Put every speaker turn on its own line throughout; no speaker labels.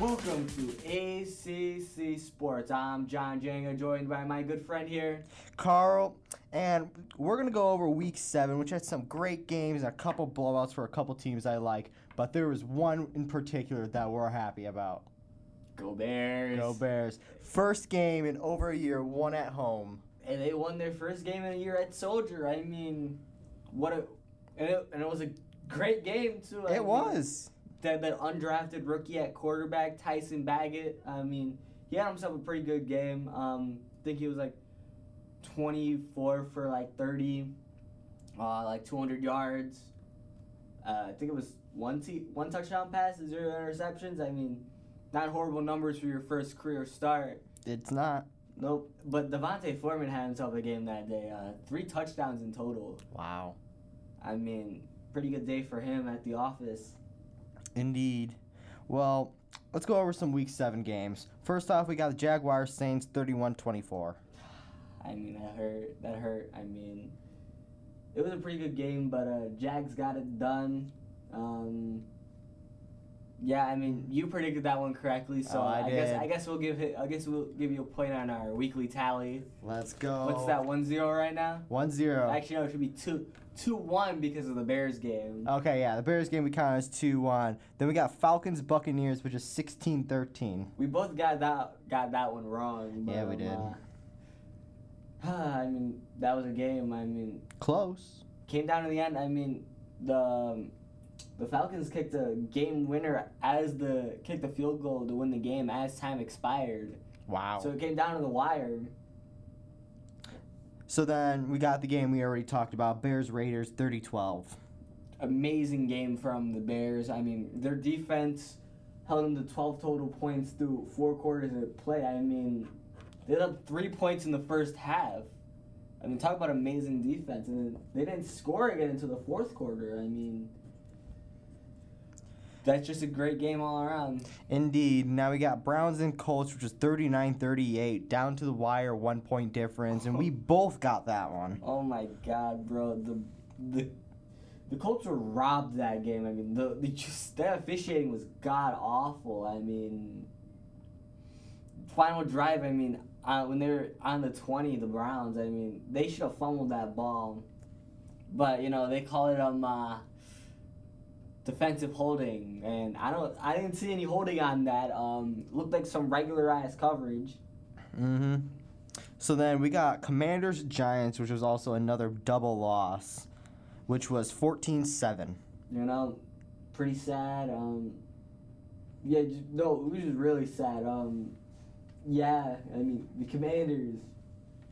Welcome to ACC Sports. I'm John Jango, joined by my good friend here.
Carl, and we're gonna go over Week Seven, which had some great games and a couple blowouts for a couple teams I like, but there was one in particular that we're happy about.
Go Bears.
Go Bears! First game in over a year, one at home.
And they won their first game in a year at Soldier. I mean, what a. And it, and it was a great game, too. I
It
mean,
was.
That, that undrafted rookie at quarterback, Tyson Baggett. I mean, he had himself a pretty good game. Um, I think he was like 24 for like 30, uh, like 200 yards. Uh, I think it was one t- one touchdown pass, zero interceptions. I mean, not horrible numbers for your first career start.
It's not.
Nope. But Devontae Foreman had himself a game that day. Uh, three touchdowns in total.
Wow.
I mean, pretty good day for him at the office.
Indeed. Well, let's go over some Week Seven games. First off, we got the Jaguars Saints 31-24.
I mean, that hurt. That hurt. I mean, it was a pretty good game, but uh, Jags got it done. Um, yeah, I mean, you predicted that one correctly, so
Oh, I
guess
did.
I guess we'll give it, I guess we'll give you a point on our weekly tally.
Let's go.
What's that? One zero right now.
One zero.
Actually, no, it should be two two one because of the Bears game.
Okay, yeah, the Bears game we counted as 2 1. Then we got Falcons Buccaneers, which is 16 13.
We both got that got that one wrong. But,
Yeah, we
um,
did.
uh, I mean, that was a game. I mean,
Close.
came down to the end. I mean, the um, the Falcons kicked a game winner as the kicked the field goal to win the game as time expired.
Wow.
So
So,
it came down to the wire.
then we got the game we already talked about Bears Raiders 30 12.
Amazing game from the Bears. I mean, their defense held them to 12 total points through four quarters of play. I mean, they had up three points in the first half. I mean, talk about amazing defense. And then they didn't score again until the fourth quarter. I mean, that's just a great game all around.
Indeed. Now we got Browns and Colts, which is 39 38. Down to the wire, one point difference. And we both got that one.
Oh my god, bro. The the the Colts were robbed that game. I mean, the, the just that officiating was god awful. I mean, final drive. I mean, uh, when they were on the twenty, the Browns. I mean, they should have fumbled that ball, but you know they call it um uh, defensive holding, and I don't I didn't see any holding on that. Um, looked like some regularized coverage.
Mm hmm. So then we got Commanders Giants, which was also another double loss, which was 14 7.
you know, pretty sad. Um, yeah, just, no, it was just really sad. Um, yeah, I mean, the Commanders.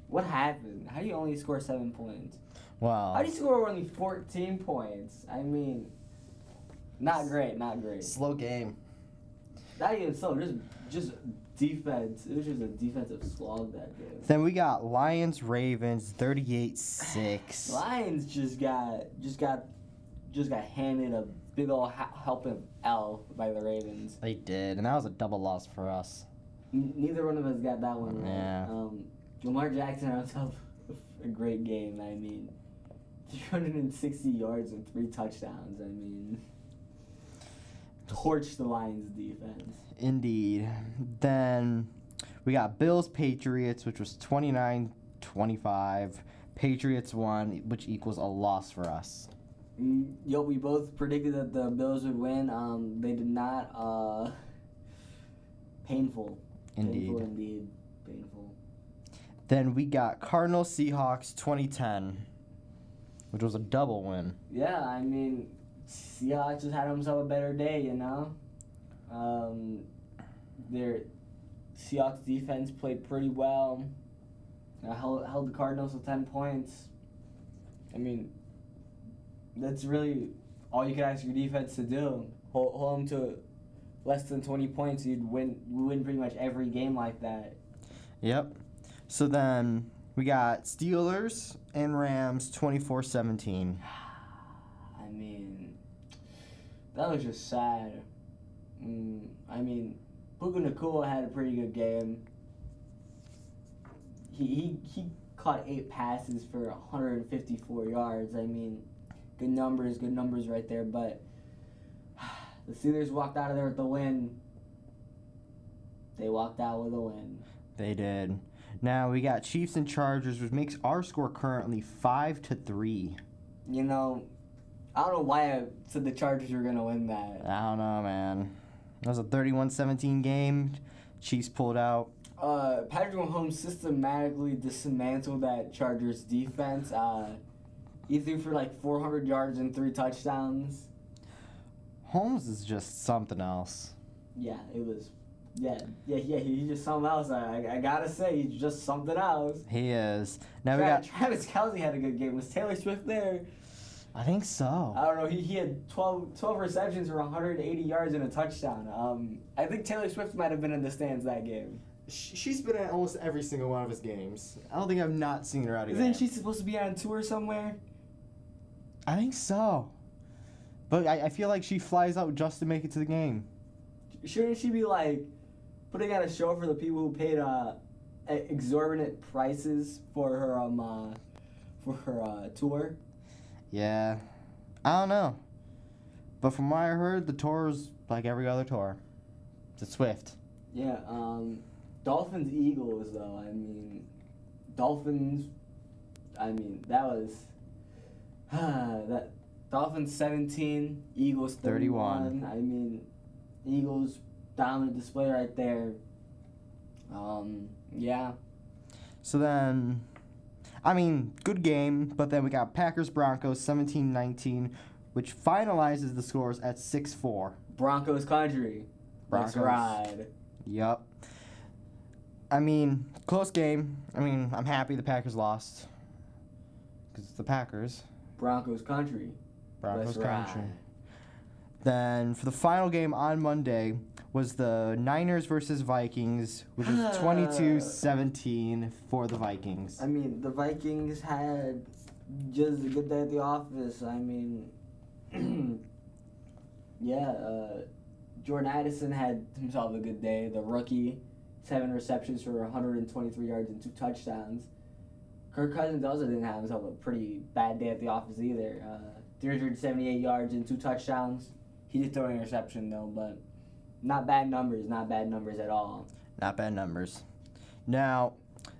What happened? How do you only score seven points?
Wow.
How do you score only fourteen points? I mean, not great, not great.
Slow game.
Not even so. Just, just defense. It was just a defensive slog that game.
Then we got Lions Ravens 38 6.
Lions just got, just got, just got handed a big ol' ha- helping of L by the Ravens.
They did, and that was a double loss for us.
N- Neither one of us got that one right.
Yeah.
Um, Lamar Jackson had himself a great game. I mean, 360 yards and three touchdowns. I mean, torched the Lions defense.
Indeed. Then we got Bills Patriots, which was 29 25. Patriots won, which equals a loss for us.
Mm, Yo, we both predicted that the Bills would win. Um, they did not. Uh, painful. Painful
Indeed.
indeed. Painful.
Then we got Cardinal Seahawks 2010, which was a double win.
Yeah, I mean, Seahawks just had himself a better day, you know. Um, their Seahawks defense played pretty well. Uh, held held the Cardinals to ten points. I mean, that's really all you can ask your defense to do. Hold, hold 'em to less than twenty points. You'd win. You win pretty much every game like that.
Yep. So then we got Steelers and Rams 24 17.
I mean, that was just sad. Mm, I mean, Puka Nakua had a pretty good game. He, he he caught eight passes for 154 yards. I mean, good numbers, good numbers right there. But the Steelers walked out of there with the win. They walked out with a win.
They did. Now we got Chiefs and Chargers, which makes our score currently five to three.
You know, I don't know why I said the Chargers were gonna win that.
I don't know, man. That was a 31-17 game. Chiefs pulled out.
Uh, Patrick Mahomes systematically dismantled that Chargers defense. Uh, he threw for like 400 yards and three touchdowns.
Holmes is just something else.
Yeah, it was. Yeah, yeah, yeah. he- He's just something else. I, I, I gotta say, he's just something else.
He is. Now we
Tra-
got.
Travis Kelsey had a good game. Was Taylor Swift there?
I think so.
I don't know. He, he had 12, 12 receptions for 180 yards and a touchdown. Um, I think Taylor Swift might have been in the stands that game.
Sh- She's been at almost every single one of his games. I don't think I've not seen her out of
Isn't she supposed to be on tour somewhere?
I think so. But I, I feel like she flies out just to make it to the game.
Shouldn't she be like putting on a show for the people who paid uh, e- exorbitant prices for her um uh, for her uh, tour?
Yeah. I don't know. But from what I heard, the tour is like every other tour. It's a Swift.
Yeah. Um, Dolphins Eagles though. I mean, Dolphins. I mean that was that Dolphins seventeen, Eagles
31.
thirty-one. I mean, Eagles dominant display right there. Um, yeah.
So then, I mean, good game. But then we got Packers Broncos 17 19, which finalizes the scores at 6 4.
Broncos country. Broncos.
Broncos.
Let's ride.
Yup. I mean, close game. I mean, I'm happy the Packers lost. Because it's the Packers.
Broncos country.
Broncos
Let's ride.
country. Then for the final game on Monday was the Niners versus Vikings, which was 22-17 for the Vikings.
I mean, the Vikings had just a good day at the office. I mean, yeah, uh, Jordan Addison had himself a good day. The rookie, seven receptions for 123 yards and two touchdowns. Kirk Cousins also didn't have himself a pretty bad day at the office either. Uh, 378 yards and two touchdowns. He did throw an interception though, but not bad numbers. Not bad numbers at all.
Not bad numbers. Now,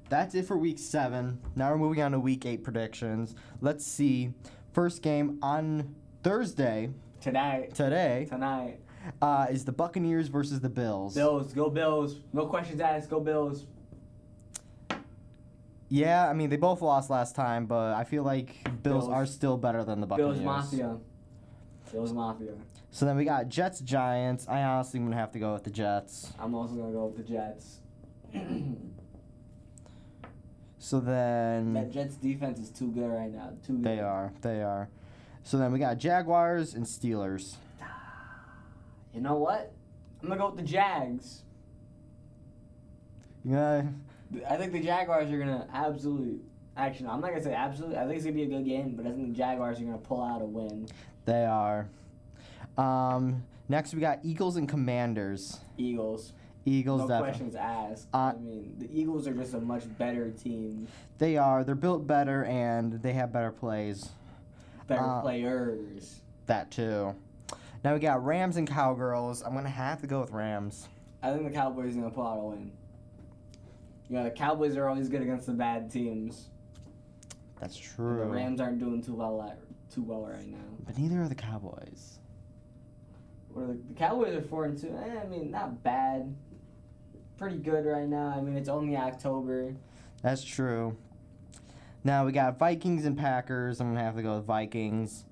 that's it for week 7. Now we're moving on to week 8 predictions. Let's see. First game on Thursday,
Tonight,
today,
tonight.
uh, is the Buccaneers versus the Bills.
Bills, go Bills. No questions asked, go Bills.
Yeah, I mean they both lost last time, but I feel like Bills,
Bills.
are still better than the Buccaneers.
Bills Mafia. Bills Mafia.
So then we got Jets Giants. I honestly am gonna have to go with the Jets.
I'm also gonna go with the Jets.
So then
that Jets defense is too good right now. Too good.
They are. They are. So then we got Jaguars and Steelers.
You know what? I'm gonna go with the Jags.
Yeah.
I think the Jaguars are gonna absolutely actually no, I'm not gonna say absolutely I think it's gonna be a good game, but I think the Jaguars are gonna pull out a win.
They are. Um, next we got Eagles and Commanders.
Eagles.
Eagles
no
definitely.
questions asked.
Uh,
I mean the Eagles are just a much better team.
They are. They're built better and they have better plays.
Better
Uh,
players.
That too. Now we got Rams and Cowgirls. I'm gonna have to go with Rams.
I think the Cowboys are gonna pull out a win. You know, the Cowboys are always good against the bad teams.
That's
and
true.
The Rams aren't doing too well at, too well right now.
But neither are the Cowboys.
Or the, the Cowboys are four and two. Eh, I mean, not bad. Pretty good right now. I mean, it's only October.
That's true. Now we got Vikings and Packers. I'm gonna have to go with Vikings.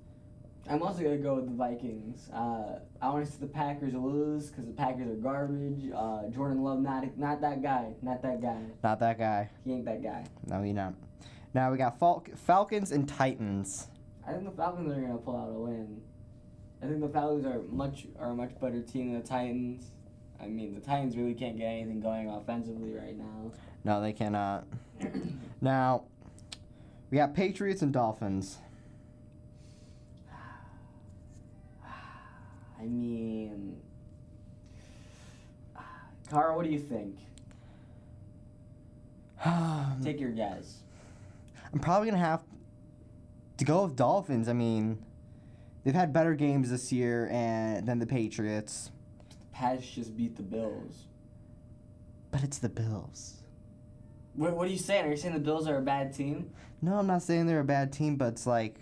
I'm also gonna go with the Vikings. Uh, I want to see the Packers lose because the Packers are garbage. Uh, Jordan Love, not not that guy. Not that guy.
Not that guy.
He ain't that guy.
No, you don't. Now we got Fal- Falcons and Titans.
I think the Falcons are gonna pull out a win. I think the Falcons are much are a much better team than the Titans. I mean, the Titans really can't get anything going offensively right now.
No, they cannot. now we got Patriots and Dolphins.
I mean, Carl, what do you think?
I'm Hmm.
Take your guess.
probably gonna have to go with Dolphins. I mean, they've had better games this year and than the Patriots.
The Pats just beat the Bills.
but it's the Bills.
What, what are you saying? Are you saying the Bills are a bad team?
No, I'm not saying they're a bad team, but it's like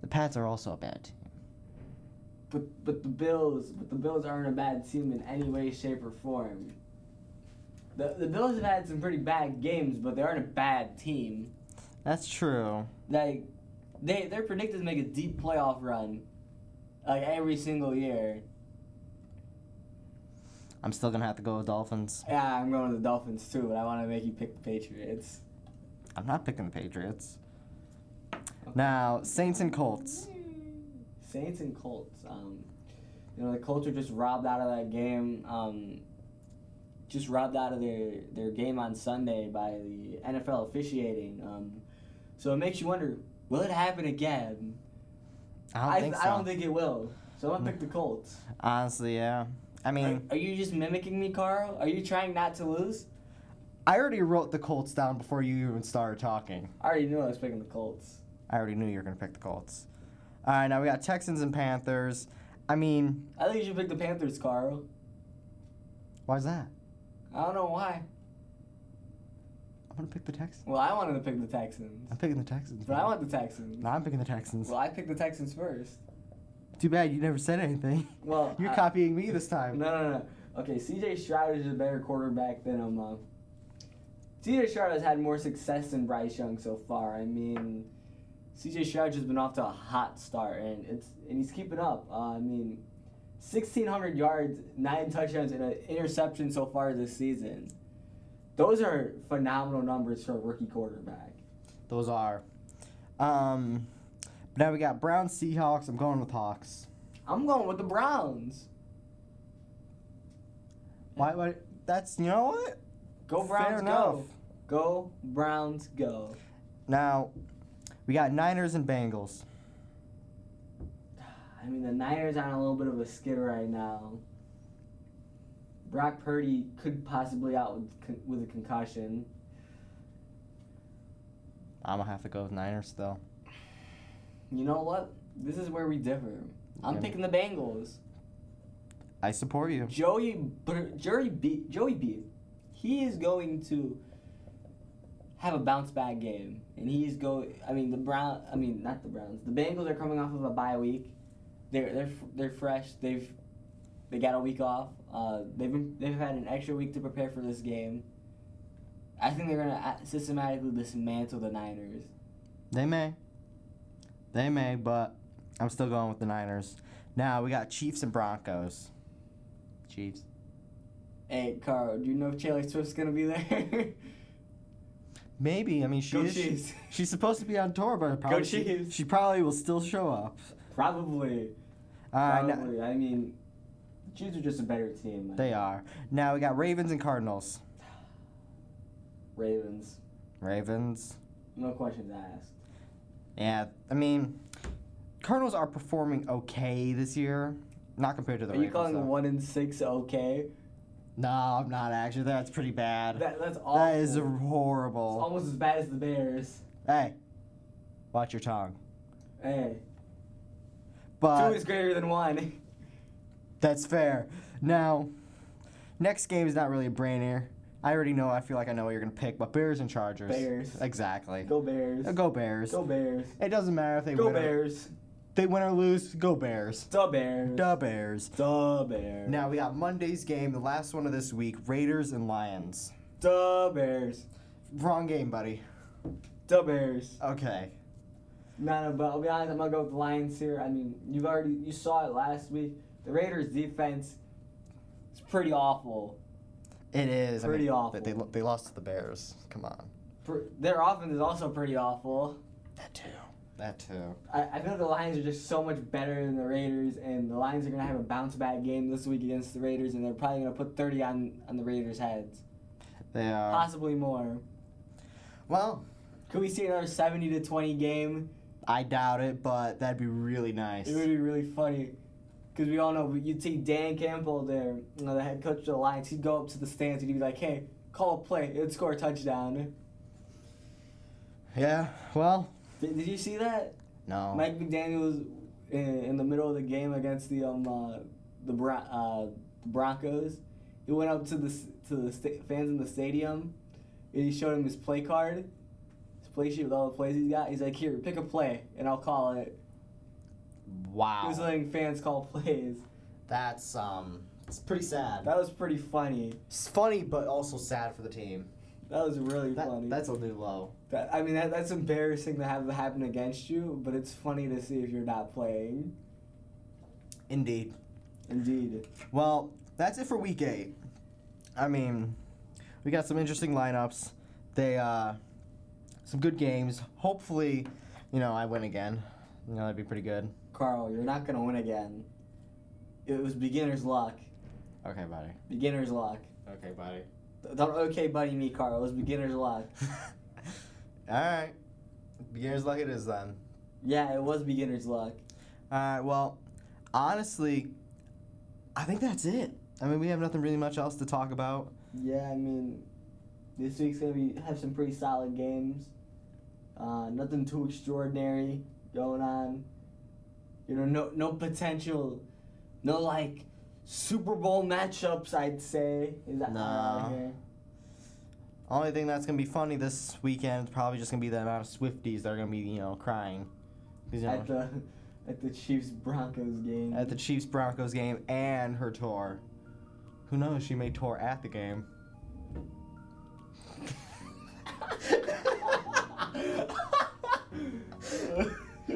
the Pats are also a bad team.
But but the Bills but the Bills aren't a bad team in any way, shape, or form. The the Bills have had some pretty bad games, but they aren't a bad team.
That's true.
Like they they're predicted to make a deep playoff run, like every single year.
I'm still gonna have to go with Dolphins.
Yeah, I'm going to the Dolphins too, but I want to make you pick the Patriots.
I'm not picking the Patriots. Now Saints and Colts.
Saints and Colts. Um, you know, the Colts are just robbed out of that game. Um, just robbed out of their, their game on Sunday by the NFL officiating. Um, so it makes you wonder, will it happen again?
I don't think so.
I don't think it will. So I'm gonna pick the Colts.
Honestly, yeah. I mean,
are, are you just mimicking me, Carl? Are you trying not to lose?
I already wrote the Colts down before you even started talking.
I already knew I was picking the Colts.
I already knew you were gonna pick the Colts. All right, now we got Texans and Panthers. I mean,
I think you should pick the Panthers, Carl.
why's that?
I don't know why.
I'm gonna pick the Texans.
Well, I wanted to pick the Texans,
I'm picking the Texans.
but I
man.
want the Texans.
No, I'm picking the Texans.
Well, I picked the Texans first.
Too bad you never said anything.
Well,
You're
I-
copying me this time.
No, no, no. Okay, CJ Stroud is a better quarterback than him. Uh, CJ Stroud has had more success than Bryce Young so far. I mean, CJ Stroud has been off to a hot start, and it's and he's keeping up. Uh, I mean, sixteen hundred yards, nine touchdowns, and an interception so far this season. Those are phenomenal numbers for a rookie quarterback.
Those are. Um, now we got Brown Seahawks. I'm going with Hawks.
I'm going with the Browns.
Why? Why? That's you know what?
Go
Fair
Browns, go.
enough.
Go Browns, go.
Now, we got Niners and Bengals.
I mean, the Niners are on a little bit of a skid right now. Brock Purdy could possibly out with, con- with a concussion.
I'm gonna have to go with Niners though.
You know what? This is where we differ. I'm
Yeah.
picking the Bengals.
I support you.
Joey, Bur- Joey B, Joey B, he is going to have a bounce back game, and he's go. I mean, the Brown. I mean, not the Browns. The Bengals are coming off of a bye week. They're they're f- they're fresh. They've they got a week off. Uh, they've been, they've had an extra week to prepare for this game. I think they're gonna a- systematically dismantle the Niners.
They may. They may, but I'm still going with the Niners. Now we got Chiefs and Broncos. Chiefs.
Hey, Carl, do you know if Taylor Swift's gonna be there?
Maybe. I mean, she
Go
is,
Chiefs.
she's supposed to be on tour, but probably she,
Chiefs.
she probably will still show up.
Probably.
All right, now-
Probably. I mean, Chiefs are just a better team.
they are. Now we got Ravens and Cardinals.
Ravens.
Ravens.
No questions asked.
Yeah, I mean, Cardinals are performing okay this year. Not compared to the
are
Ravens.
you calling
though.
one and six okay?
No, I'm not actually. That's pretty bad.
That, that's awful.
that is
It's
horrible.
almost as bad as the Bears.
Hey, watch your tongue.
Hey, two
But
is greater than one.
that's fair. Now, next game is not really a brainer. I already know. I feel like I know what you're gonna pick. But Bears and Chargers.
Bears.
Exactly.
Go Bears.
Uh, Go Bears.
Go Bears.
It doesn't matter if they
Go
win. Or,
Bears.
they win or lose. Go Bears.
The Bears.
Da Bears.
The Bears.
Now we got Monday's game, the last one of this week. Raiders and Lions.
The Bears.
Wrong game, buddy.
The Bears.
Okay.
No, no, but I'll be honest. I'm gonna go with the Lions here. I mean, you've already you saw it last week. The Raiders' defense is pretty awful.
It is. I
Pretty
mean,
awful.
They, they lost to the Bears. Come on.
Pr- Their offense is also pretty awful.
That too. That too.
I, I feel like the Lions are just so much better than the Raiders, and the Lions are gonna have a bounce back game this week against the Raiders, and they're probably gonna put thirty on on the Raiders' heads,
They are.
possibly more.
Well,
Could we see another seventy to twenty game?
I doubt it, but that'd be really nice.
It would be really funny, because we all know you'd see Dan Campbell there, you know, the head coach of the Lions. He'd go up to the stands and he'd be like, "Hey, call a play. It'd score a touchdown."
Yeah. Well.
Did, did you see that?
No.
Mike McDaniel's in, in the middle of the game against the um uh, the Bron- uh, the Broncos. He went up to the s- to the sta- fans in the stadium, and he showed him his play card, his play sheet with all the plays he's got. He's like, "Here, pick a play, and I'll call it." He
Wow.
was letting fans call plays.
That's um. It's pretty sad.
That was pretty funny.
It's funny, but also sad for the team.
That was really
That,
funny.
That's a new low.
That, I mean, that, that's embarrassing to have it happen against you, but it's funny to see if you're not playing.
Indeed.
Indeed.
Well, that's it for week eight. I mean, we got some interesting lineups. They uh, some good games. Hopefully, you know, I win again. You know, that'd be pretty good.
Carl, you're not going to win again. It was beginner's luck.
Okay, buddy.
Beginner's luck.
Okay, buddy.
Don't okay buddy me, Carl. It was beginner's luck.
All right.
Beginner's luck it is then.
Yeah, it was beginner's luck.
All right. Uh, Well, honestly, I think that's it. I mean, we have nothing really much else to talk about.
Yeah, I mean, this week's going to be have some pretty solid games. Uh, nothing too extraordinary going on. You know, no, no potential, no like Super Bowl matchups, I'd say. Is that
Nah. Only thing that's gonna be funny this weekend is probably just gonna be the amount of Swifties that are gonna be, you know, crying. 'Cause, you know,
at the at the Chiefs Broncos game.
at the Chiefs Broncos game and her tour. Who knows? She may tour at the game.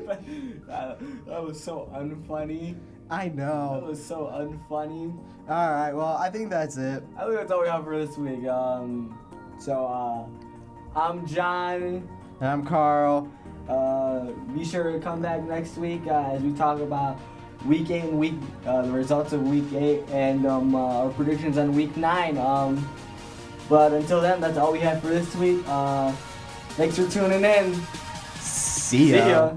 that, that was so unfunny.
I
That
know.
was so unfunny.
All right. Well, I think that's it.
I think that's all we have for this week. Um, so uh, I'm John.
And I'm Carl.
Uh, be sure to come back next week uh, as we talk about week eight and week uh, the results of week eight and um, uh, our predictions on week nine. Um, but until then, that's all we have for this week. Uh, thanks for tuning in.
See
See ya.